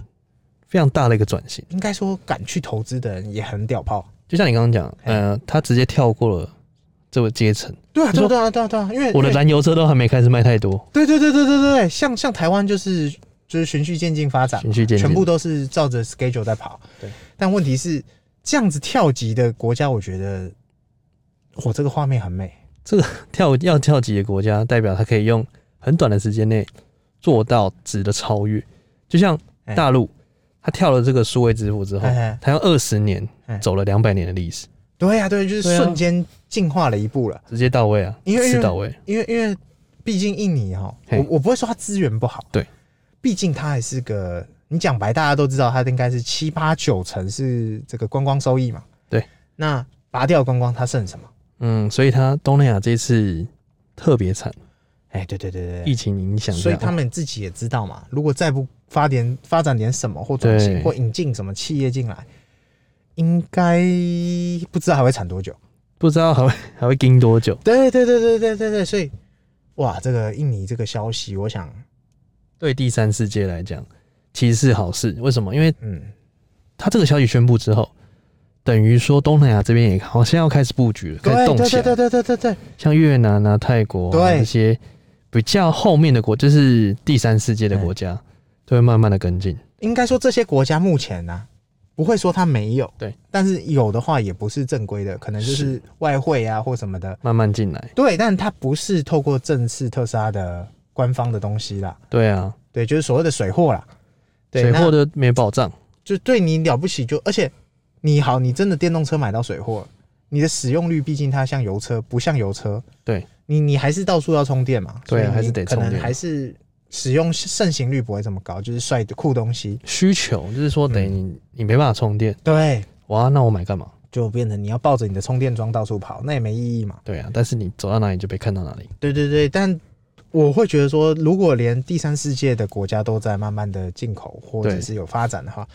[SPEAKER 2] 非常大的一个转型。
[SPEAKER 1] 应该说，敢去投资的人也很屌炮。哎
[SPEAKER 2] 就像你刚刚讲，呃，他直接跳过了这这个阶层，
[SPEAKER 1] 对啊，
[SPEAKER 2] 你
[SPEAKER 1] 对啊
[SPEAKER 2] 说
[SPEAKER 1] 对啊，对啊，对啊，因为
[SPEAKER 2] 我的
[SPEAKER 1] 对
[SPEAKER 2] 燃油车都还没开始卖太多，
[SPEAKER 1] 对对对对对对，像像台湾就是就是循序渐进发展嘛，
[SPEAKER 2] 循序渐进
[SPEAKER 1] 全部都是照着 schedule 在跑。
[SPEAKER 2] 对，
[SPEAKER 1] 但问题是这样子跳级的国家，我觉得我这个画面很美。
[SPEAKER 2] 跳要跳级的国家，代表它可以用很短的时间内做到值的超越。就像
[SPEAKER 1] 哎
[SPEAKER 2] 大陆，它跳了这个数位支付之后
[SPEAKER 1] 哎哎，
[SPEAKER 2] 它用二十年
[SPEAKER 1] 哎
[SPEAKER 2] 走了两百年的历史，
[SPEAKER 1] 对呀、对，就是
[SPEAKER 2] 对啊
[SPEAKER 1] 瞬间进化了一步了。
[SPEAKER 2] 直接到位啊，一
[SPEAKER 1] 因为
[SPEAKER 2] 次到位。
[SPEAKER 1] 因为因为毕竟印尼哈，
[SPEAKER 2] 嘿
[SPEAKER 1] 我我不会说它资源不好，
[SPEAKER 2] 对，
[SPEAKER 1] 毕竟它还是个你讲白，大家都知道它应该是七八九成是这个观光收益嘛，
[SPEAKER 2] 对，
[SPEAKER 1] 那拔掉观光，它剩什么？
[SPEAKER 2] 嗯，所以它东南亚这次特别惨，
[SPEAKER 1] 哎，对对对对对，
[SPEAKER 2] 疫情影响下，
[SPEAKER 1] 所以他们自己也知道嘛，如果再不发点发展点什么或转型
[SPEAKER 2] 对
[SPEAKER 1] 或引进什么企业进来，应该不知道还会惨多久。
[SPEAKER 2] 不知道还会还会盯多久。
[SPEAKER 1] 对对对对对对对，所以哇，这个印尼这个消息，我想，
[SPEAKER 2] 对第三世界来讲，其实是好事。为什么？因为
[SPEAKER 1] 嗯，
[SPEAKER 2] 它这个消息宣布之后，等于说东南亚这边也好像要开始布局了，
[SPEAKER 1] 对
[SPEAKER 2] 开始动
[SPEAKER 1] 对
[SPEAKER 2] 起
[SPEAKER 1] 对
[SPEAKER 2] 来。
[SPEAKER 1] 对对对对对，
[SPEAKER 2] 像越南啊、泰国啊
[SPEAKER 1] 对
[SPEAKER 2] 这些比较后面的国，就是第三世界的国家，都会慢慢的跟进。
[SPEAKER 1] 应该说这些国家目前呢、不会说它没有，
[SPEAKER 2] 对，
[SPEAKER 1] 但是有的话也不是正规的，可能就是
[SPEAKER 2] 是
[SPEAKER 1] 外汇啊或什么的，
[SPEAKER 2] 慢慢进来，
[SPEAKER 1] 对，但它不是透过正式特斯拉的官方的东西啦，
[SPEAKER 2] 对啊，
[SPEAKER 1] 对，就是所谓的水货啦，对，
[SPEAKER 2] 水
[SPEAKER 1] 那
[SPEAKER 2] 货的没保障，
[SPEAKER 1] 就对你了不起就，而且你好，你真的电动车买到水货，你的使用率毕竟它像油车，不像油车，
[SPEAKER 2] 对
[SPEAKER 1] 你你还是到处要充电嘛，
[SPEAKER 2] 对
[SPEAKER 1] 所以
[SPEAKER 2] 啊
[SPEAKER 1] 你
[SPEAKER 2] 还是得充
[SPEAKER 1] 可
[SPEAKER 2] 电
[SPEAKER 1] 能还是使用盛行率不会这么高，就是帅的酷东西，
[SPEAKER 2] 需求就是说
[SPEAKER 1] 嗯
[SPEAKER 2] 等于你、你没办法充电，
[SPEAKER 1] 对，
[SPEAKER 2] 哇，那我买干嘛？
[SPEAKER 1] 就变成你要抱着你的充电桩到处跑，那也没意义嘛，
[SPEAKER 2] 对啊，但是你走到哪里就被看到哪里，
[SPEAKER 1] 对对对，但。我会觉得说，如果连第三世界的国家都在慢慢的进口或者
[SPEAKER 2] 对
[SPEAKER 1] 是有发展的话，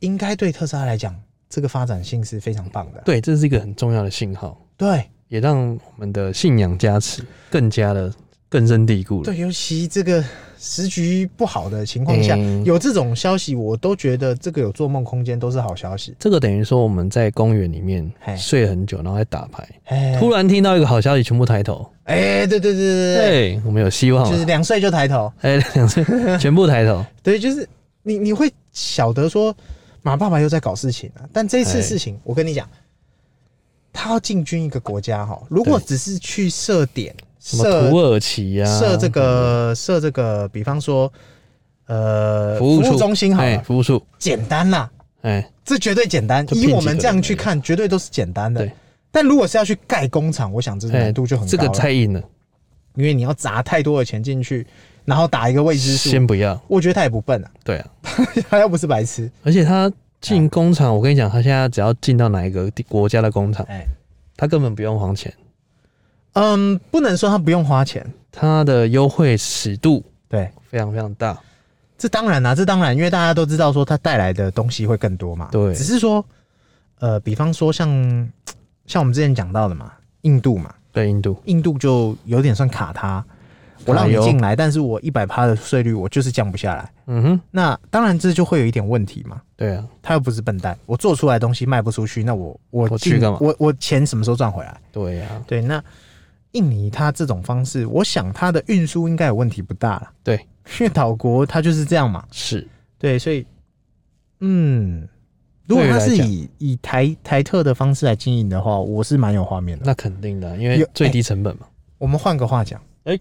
[SPEAKER 1] 应该对特斯拉来讲，这个发展性是非常棒的。
[SPEAKER 2] 对，这是一个很重要的信号，
[SPEAKER 1] 对，
[SPEAKER 2] 也让我们的信仰加持更加的根深蒂固了。
[SPEAKER 1] 对，尤其这个时局不好的情况下，
[SPEAKER 2] 嗯
[SPEAKER 1] 有这种消息，我都觉得这个有做梦空间都是好消息。
[SPEAKER 2] 这个等于说我们在公园里面
[SPEAKER 1] 嘿
[SPEAKER 2] 睡了很久，然后在打牌，
[SPEAKER 1] 哎，
[SPEAKER 2] 突然听到一个好消息，全部抬头，
[SPEAKER 1] 哎，对对对对
[SPEAKER 2] 对，我们有希望
[SPEAKER 1] 对，就是
[SPEAKER 2] 了，
[SPEAKER 1] 两岁就抬头，
[SPEAKER 2] 哎，两岁全部 抬头，
[SPEAKER 1] 对，就是你你会晓得说马爸爸又在搞事情啊。但这一次
[SPEAKER 2] 哎
[SPEAKER 1] 事情，我跟你讲，他要进军一个国家哈，如果
[SPEAKER 2] 对
[SPEAKER 1] 只是去设点
[SPEAKER 2] 什么土
[SPEAKER 1] 设
[SPEAKER 2] 耳其呀、啊，
[SPEAKER 1] 设这个设这个，比方说呃
[SPEAKER 2] 服务处
[SPEAKER 1] 中心好
[SPEAKER 2] 哎，
[SPEAKER 1] 了，
[SPEAKER 2] 服务处，
[SPEAKER 1] 简单啦。
[SPEAKER 2] 哎，
[SPEAKER 1] 这绝对简单，
[SPEAKER 2] 就
[SPEAKER 1] 以
[SPEAKER 2] 骗
[SPEAKER 1] 我
[SPEAKER 2] 几
[SPEAKER 1] 们
[SPEAKER 2] 个
[SPEAKER 1] 这样
[SPEAKER 2] 人
[SPEAKER 1] 去
[SPEAKER 2] 而已
[SPEAKER 1] 看，绝对都是简单的
[SPEAKER 2] 对。
[SPEAKER 1] 但如果是要去盖工厂，我想这
[SPEAKER 2] 哎
[SPEAKER 1] 难度就很
[SPEAKER 2] 这
[SPEAKER 1] 高
[SPEAKER 2] 个
[SPEAKER 1] 了，
[SPEAKER 2] 太硬了，
[SPEAKER 1] 因为你要砸太多的钱进去，然后打一个未知数。
[SPEAKER 2] 先不要，
[SPEAKER 1] 我觉得他也不笨啊，
[SPEAKER 2] 对啊，
[SPEAKER 1] 他又不是白痴。
[SPEAKER 2] 而且他
[SPEAKER 1] 哎
[SPEAKER 2] 进工厂，我跟你讲，他现在只要进到哪一个地国家的工厂，
[SPEAKER 1] 哎，
[SPEAKER 2] 他根本不用还钱，
[SPEAKER 1] 嗯，不能说他不用花钱，
[SPEAKER 2] 他的优惠尺度
[SPEAKER 1] 对，
[SPEAKER 2] 非常非常大，
[SPEAKER 1] 这当然啦、啊这当然，因为大家都知道说他带来的东西会更多嘛。
[SPEAKER 2] 对
[SPEAKER 1] 只是说，呃，比方说像像我们之前讲到的嘛，印度嘛，
[SPEAKER 2] 对印度，
[SPEAKER 1] 印度就有点算卡他，我让
[SPEAKER 2] 卡
[SPEAKER 1] 你
[SPEAKER 2] 油
[SPEAKER 1] 进来，但是我一百趴的税率我就是降不下来。
[SPEAKER 2] 嗯哼，
[SPEAKER 1] 那当然这就会有一点问题嘛。
[SPEAKER 2] 对啊，
[SPEAKER 1] 他又不是笨蛋，我做出来的东西卖不出去，那我我
[SPEAKER 2] 我去
[SPEAKER 1] 进
[SPEAKER 2] 干嘛
[SPEAKER 1] 我我钱什么时候赚回来？
[SPEAKER 2] 对啊，
[SPEAKER 1] 对，那印尼它这种方式，我想它的运输应该有问题不大了。
[SPEAKER 2] 对，
[SPEAKER 1] 因为岛国它就是这样嘛。
[SPEAKER 2] 是，
[SPEAKER 1] 对，所以嗯，如果
[SPEAKER 2] 对于
[SPEAKER 1] 它
[SPEAKER 2] 来
[SPEAKER 1] 是
[SPEAKER 2] 讲
[SPEAKER 1] 以以台台特的方式来经营的话，我是蛮有画面的。
[SPEAKER 2] 那肯定的，啊因
[SPEAKER 1] 有
[SPEAKER 2] 为
[SPEAKER 1] 哎
[SPEAKER 2] 最低成本嘛，
[SPEAKER 1] 我们换个话讲，
[SPEAKER 2] 哎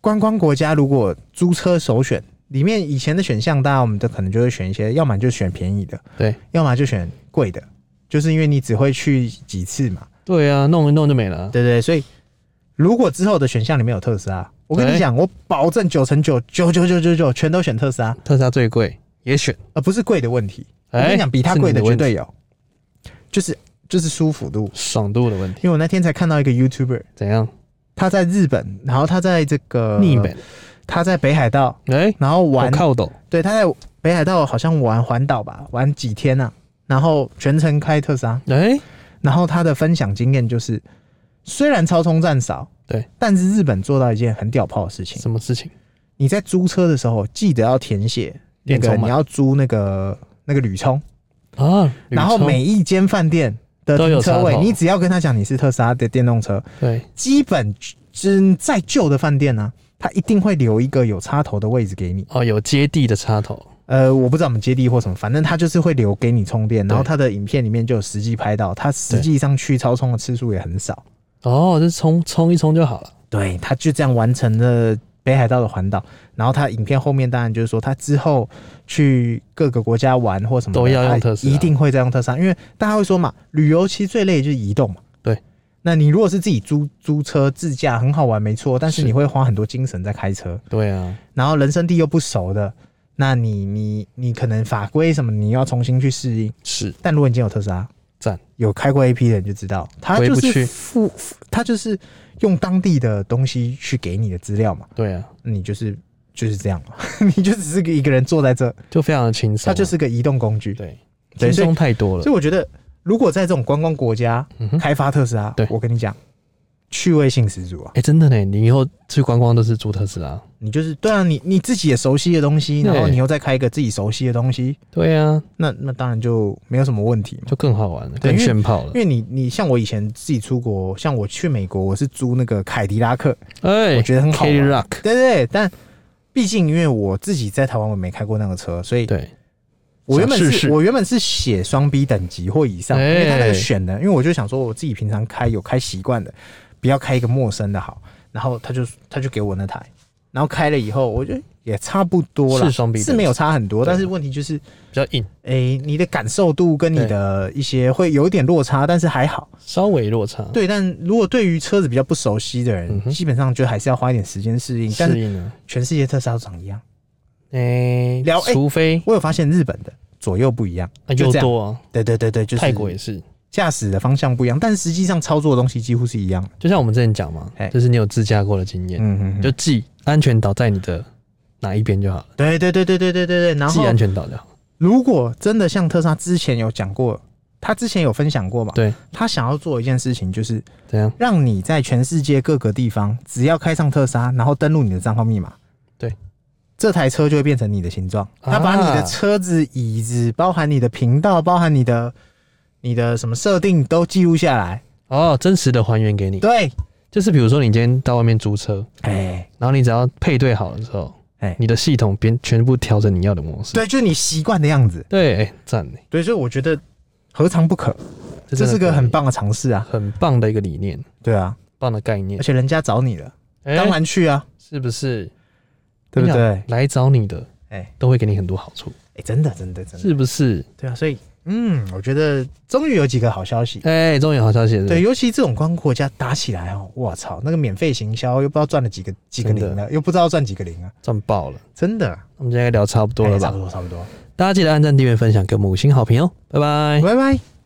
[SPEAKER 1] 观光国家如果租车首选，里面以前的选项，大家我们都可能就会选一些，要么就选便宜的，
[SPEAKER 2] 对，
[SPEAKER 1] 要么就选贵的，就是因为你只会去几次嘛，
[SPEAKER 2] 对啊，弄一弄就没了，
[SPEAKER 1] 对不对？所以如果之后的选项里面有特斯拉，我跟你
[SPEAKER 2] 对
[SPEAKER 1] 讲，我保证九成九九九九九九全都选特斯拉，
[SPEAKER 2] 特斯拉最贵也选，
[SPEAKER 1] 而不是贵的问题。我
[SPEAKER 2] 哎
[SPEAKER 1] 跟你讲，比它
[SPEAKER 2] 是你
[SPEAKER 1] 贵的绝
[SPEAKER 2] 问题
[SPEAKER 1] 对有，就是就是舒服度。
[SPEAKER 2] 爽度的问题，
[SPEAKER 1] 因为我那天才看到一个 YouTuber，
[SPEAKER 2] 怎样？
[SPEAKER 1] 他在日本，然后他在这个
[SPEAKER 2] 逆本，
[SPEAKER 1] 他在北海道，
[SPEAKER 2] 哎，
[SPEAKER 1] 然后
[SPEAKER 2] 我
[SPEAKER 1] 玩
[SPEAKER 2] 靠抖，
[SPEAKER 1] 对，他在北海道好像玩环岛吧，玩几天啊，然后全程开特斯拉，
[SPEAKER 2] 哎，
[SPEAKER 1] 然后他的分享经验就是，虽然超充站少，
[SPEAKER 2] 对，
[SPEAKER 1] 但是日本做到一件很屌炮的事情，
[SPEAKER 2] 什么事情？
[SPEAKER 1] 你在租车的时候记得要填写那
[SPEAKER 2] 电充
[SPEAKER 1] 个
[SPEAKER 2] 嘛
[SPEAKER 1] 你要租那个那个旅充，
[SPEAKER 2] 啊，
[SPEAKER 1] 然后
[SPEAKER 2] 旅充
[SPEAKER 1] 每一间饭店的
[SPEAKER 2] 都有
[SPEAKER 1] 停车
[SPEAKER 2] 插
[SPEAKER 1] 位，
[SPEAKER 2] 头
[SPEAKER 1] 你只要跟他讲你是特斯拉的电动车，
[SPEAKER 2] 对，
[SPEAKER 1] 基本嗯再旧的饭店呢、他一定会留一个有插头的位置给你。
[SPEAKER 2] 哦，有接地的插头，
[SPEAKER 1] 呃，我不知道我们接地或什么，反正他就是会留给你充电。然后
[SPEAKER 2] 对
[SPEAKER 1] 他的影片里面就有实际拍到，他实际上去超充的次数也很少。
[SPEAKER 2] 哦，就是冲冲一冲就好了。
[SPEAKER 1] 对，他就这样完成了北海道的环岛。然后他影片后面当然就是说，他之后去各个国家玩或什么的
[SPEAKER 2] 都要用
[SPEAKER 1] 他
[SPEAKER 2] 特斯拉
[SPEAKER 1] 一定会再用特斯拉，因为大家会说嘛，旅游其实最累的就是移动嘛。
[SPEAKER 2] 对，
[SPEAKER 1] 那你如果是自己租租车自驾，很好玩没错，但是
[SPEAKER 2] 是
[SPEAKER 1] 你会花很多精神在开车，
[SPEAKER 2] 对啊，
[SPEAKER 1] 然后人生地又不熟的，那你你你可能法规什么你要重新去适应。
[SPEAKER 2] 是
[SPEAKER 1] 但如果你今天有特斯拉，
[SPEAKER 2] 赞，
[SPEAKER 1] 有开过 AP 的人就知道，他
[SPEAKER 2] 回
[SPEAKER 1] 就
[SPEAKER 2] 不去
[SPEAKER 1] 是付，付他就是用当地的东西去给你的资料嘛，
[SPEAKER 2] 对啊，
[SPEAKER 1] 你就是就是这样嘛， 你就只是个一个人坐在这，
[SPEAKER 2] 就非常的轻松啊，
[SPEAKER 1] 它就是个移动工具。
[SPEAKER 2] 对，
[SPEAKER 1] 对
[SPEAKER 2] 轻
[SPEAKER 1] 所以
[SPEAKER 2] 松太多了
[SPEAKER 1] 所。以我觉得，如果在这种观光国家
[SPEAKER 2] 嗯哼，哎、
[SPEAKER 1] 开发特斯拉，
[SPEAKER 2] 对
[SPEAKER 1] 我跟你讲，趣味性十足啊！
[SPEAKER 2] 哎真的呢，你以后去观光都是租特斯拉。
[SPEAKER 1] 你就是对啊，你你自己也熟悉的东西，
[SPEAKER 2] 对
[SPEAKER 1] 然后你又再开一个自己熟悉的东西，
[SPEAKER 2] 对啊，
[SPEAKER 1] 那那当然就没有什么问题嘛。
[SPEAKER 2] 就更好玩了，
[SPEAKER 1] 对
[SPEAKER 2] 更
[SPEAKER 1] 因为
[SPEAKER 2] 炫炮了
[SPEAKER 1] 因。为你你像我以前自己出国，像我去美国，我是租那个凯迪拉克，
[SPEAKER 2] 哎，
[SPEAKER 1] 我觉得很好
[SPEAKER 2] k
[SPEAKER 1] 玩
[SPEAKER 2] d Rock，
[SPEAKER 1] 对对对，但毕竟因为我自己在台湾我没开过那个车，所以
[SPEAKER 2] 对，
[SPEAKER 1] 我原本是
[SPEAKER 2] 想试试
[SPEAKER 1] 我原本是写双 B 等级或以上，
[SPEAKER 2] 哎
[SPEAKER 1] 因为他那个选的，因为我就想说我自己平常开有开习惯的，不要开一个陌生的好。然后他就他就给我那台，然后开了以后，我觉得也差不多了，
[SPEAKER 2] 是双 B 等级
[SPEAKER 1] 是没有差很多，
[SPEAKER 2] 对
[SPEAKER 1] 但是问题就是，
[SPEAKER 2] 比较硬，
[SPEAKER 1] 哎、你的感受度跟你
[SPEAKER 2] 对
[SPEAKER 1] 的一些会有一点落差，但是还好。
[SPEAKER 2] 稍微落差，
[SPEAKER 1] 对，但如果对于车子比较不熟悉的人，
[SPEAKER 2] 嗯哼
[SPEAKER 1] 基本上就还是要花一点时间适应。但
[SPEAKER 2] 适
[SPEAKER 1] 是
[SPEAKER 2] 应了。
[SPEAKER 1] 全世界特斯拉都长一样，
[SPEAKER 2] 哎，
[SPEAKER 1] 聊哎
[SPEAKER 2] 除非
[SPEAKER 1] 我有发现日本的左右不一样，
[SPEAKER 2] 啊
[SPEAKER 1] 就
[SPEAKER 2] 又
[SPEAKER 1] 这样。
[SPEAKER 2] 多啊，
[SPEAKER 1] 对对对对，就是
[SPEAKER 2] 泰国也是。
[SPEAKER 1] 驾驶的方向不一样，但实际上操作的东西几乎是一样的。
[SPEAKER 2] 就像我们之前讲嘛
[SPEAKER 1] 哎，
[SPEAKER 2] 就是你有自驾过的经验，
[SPEAKER 1] 嗯嗯，
[SPEAKER 2] 就
[SPEAKER 1] 就
[SPEAKER 2] 记安全岛在你的哪一边就好了，
[SPEAKER 1] 对对对对对对对对。然
[SPEAKER 2] 记
[SPEAKER 1] 后
[SPEAKER 2] 安全岛就好。
[SPEAKER 1] 如果真的像特斯拉之前有讲过，他之前有分享过嘛，
[SPEAKER 2] 对，
[SPEAKER 1] 他想要做一件事情，就是
[SPEAKER 2] 怎样？
[SPEAKER 1] 让你在全世界各个地方，只要开上特斯拉，然后登录你的账号密码，
[SPEAKER 2] 对，
[SPEAKER 1] 这台车就会变成你的形状。
[SPEAKER 2] 啊
[SPEAKER 1] 它把你的车子、椅子，包含你的频道，包含你的你的什么设定都记录下来。
[SPEAKER 2] 哦，真实的还原给你，
[SPEAKER 1] 对，
[SPEAKER 2] 就是比如说你今天到外面租车，
[SPEAKER 1] 哎，
[SPEAKER 2] 然后你只要配对好了之后，
[SPEAKER 1] 哎
[SPEAKER 2] 你的系统编全部调整你要的模式。
[SPEAKER 1] 对，就是你习惯的样子。
[SPEAKER 2] 对，哎，赞呢，
[SPEAKER 1] 对，所以我觉得何尝不可？这
[SPEAKER 2] 真的
[SPEAKER 1] 是个
[SPEAKER 2] 可以
[SPEAKER 1] 很棒的尝试啊。
[SPEAKER 2] 很棒的一个理念，
[SPEAKER 1] 对啊，
[SPEAKER 2] 棒的概念
[SPEAKER 1] 而。且人家找你了，
[SPEAKER 2] 哎
[SPEAKER 1] 当然去啊，
[SPEAKER 2] 是不是？
[SPEAKER 1] 对不
[SPEAKER 2] 我跟
[SPEAKER 1] 对
[SPEAKER 2] 你？讲来找你的，
[SPEAKER 1] 哎
[SPEAKER 2] 都会给你很多好处，
[SPEAKER 1] 哎，真的，真的，真的，
[SPEAKER 2] 是不是？
[SPEAKER 1] 对啊，所以嗯，我觉得终于有几个好消息。
[SPEAKER 2] 哎、终于有好消息了。
[SPEAKER 1] 对，，尤其这种观光国家打起来哦，我操，那个免费行销又不知道赚了几个几个零
[SPEAKER 2] 真
[SPEAKER 1] 了，又不知道赚几个零啊，
[SPEAKER 2] 赚爆了。
[SPEAKER 1] 真的啊
[SPEAKER 2] 我们今天应该聊差不多了
[SPEAKER 1] 哎差
[SPEAKER 2] 吧？
[SPEAKER 1] 不多差不多，哎
[SPEAKER 2] 大家记得按赞、订阅、分享，给我们五星好评哦。拜拜。
[SPEAKER 1] 拜拜。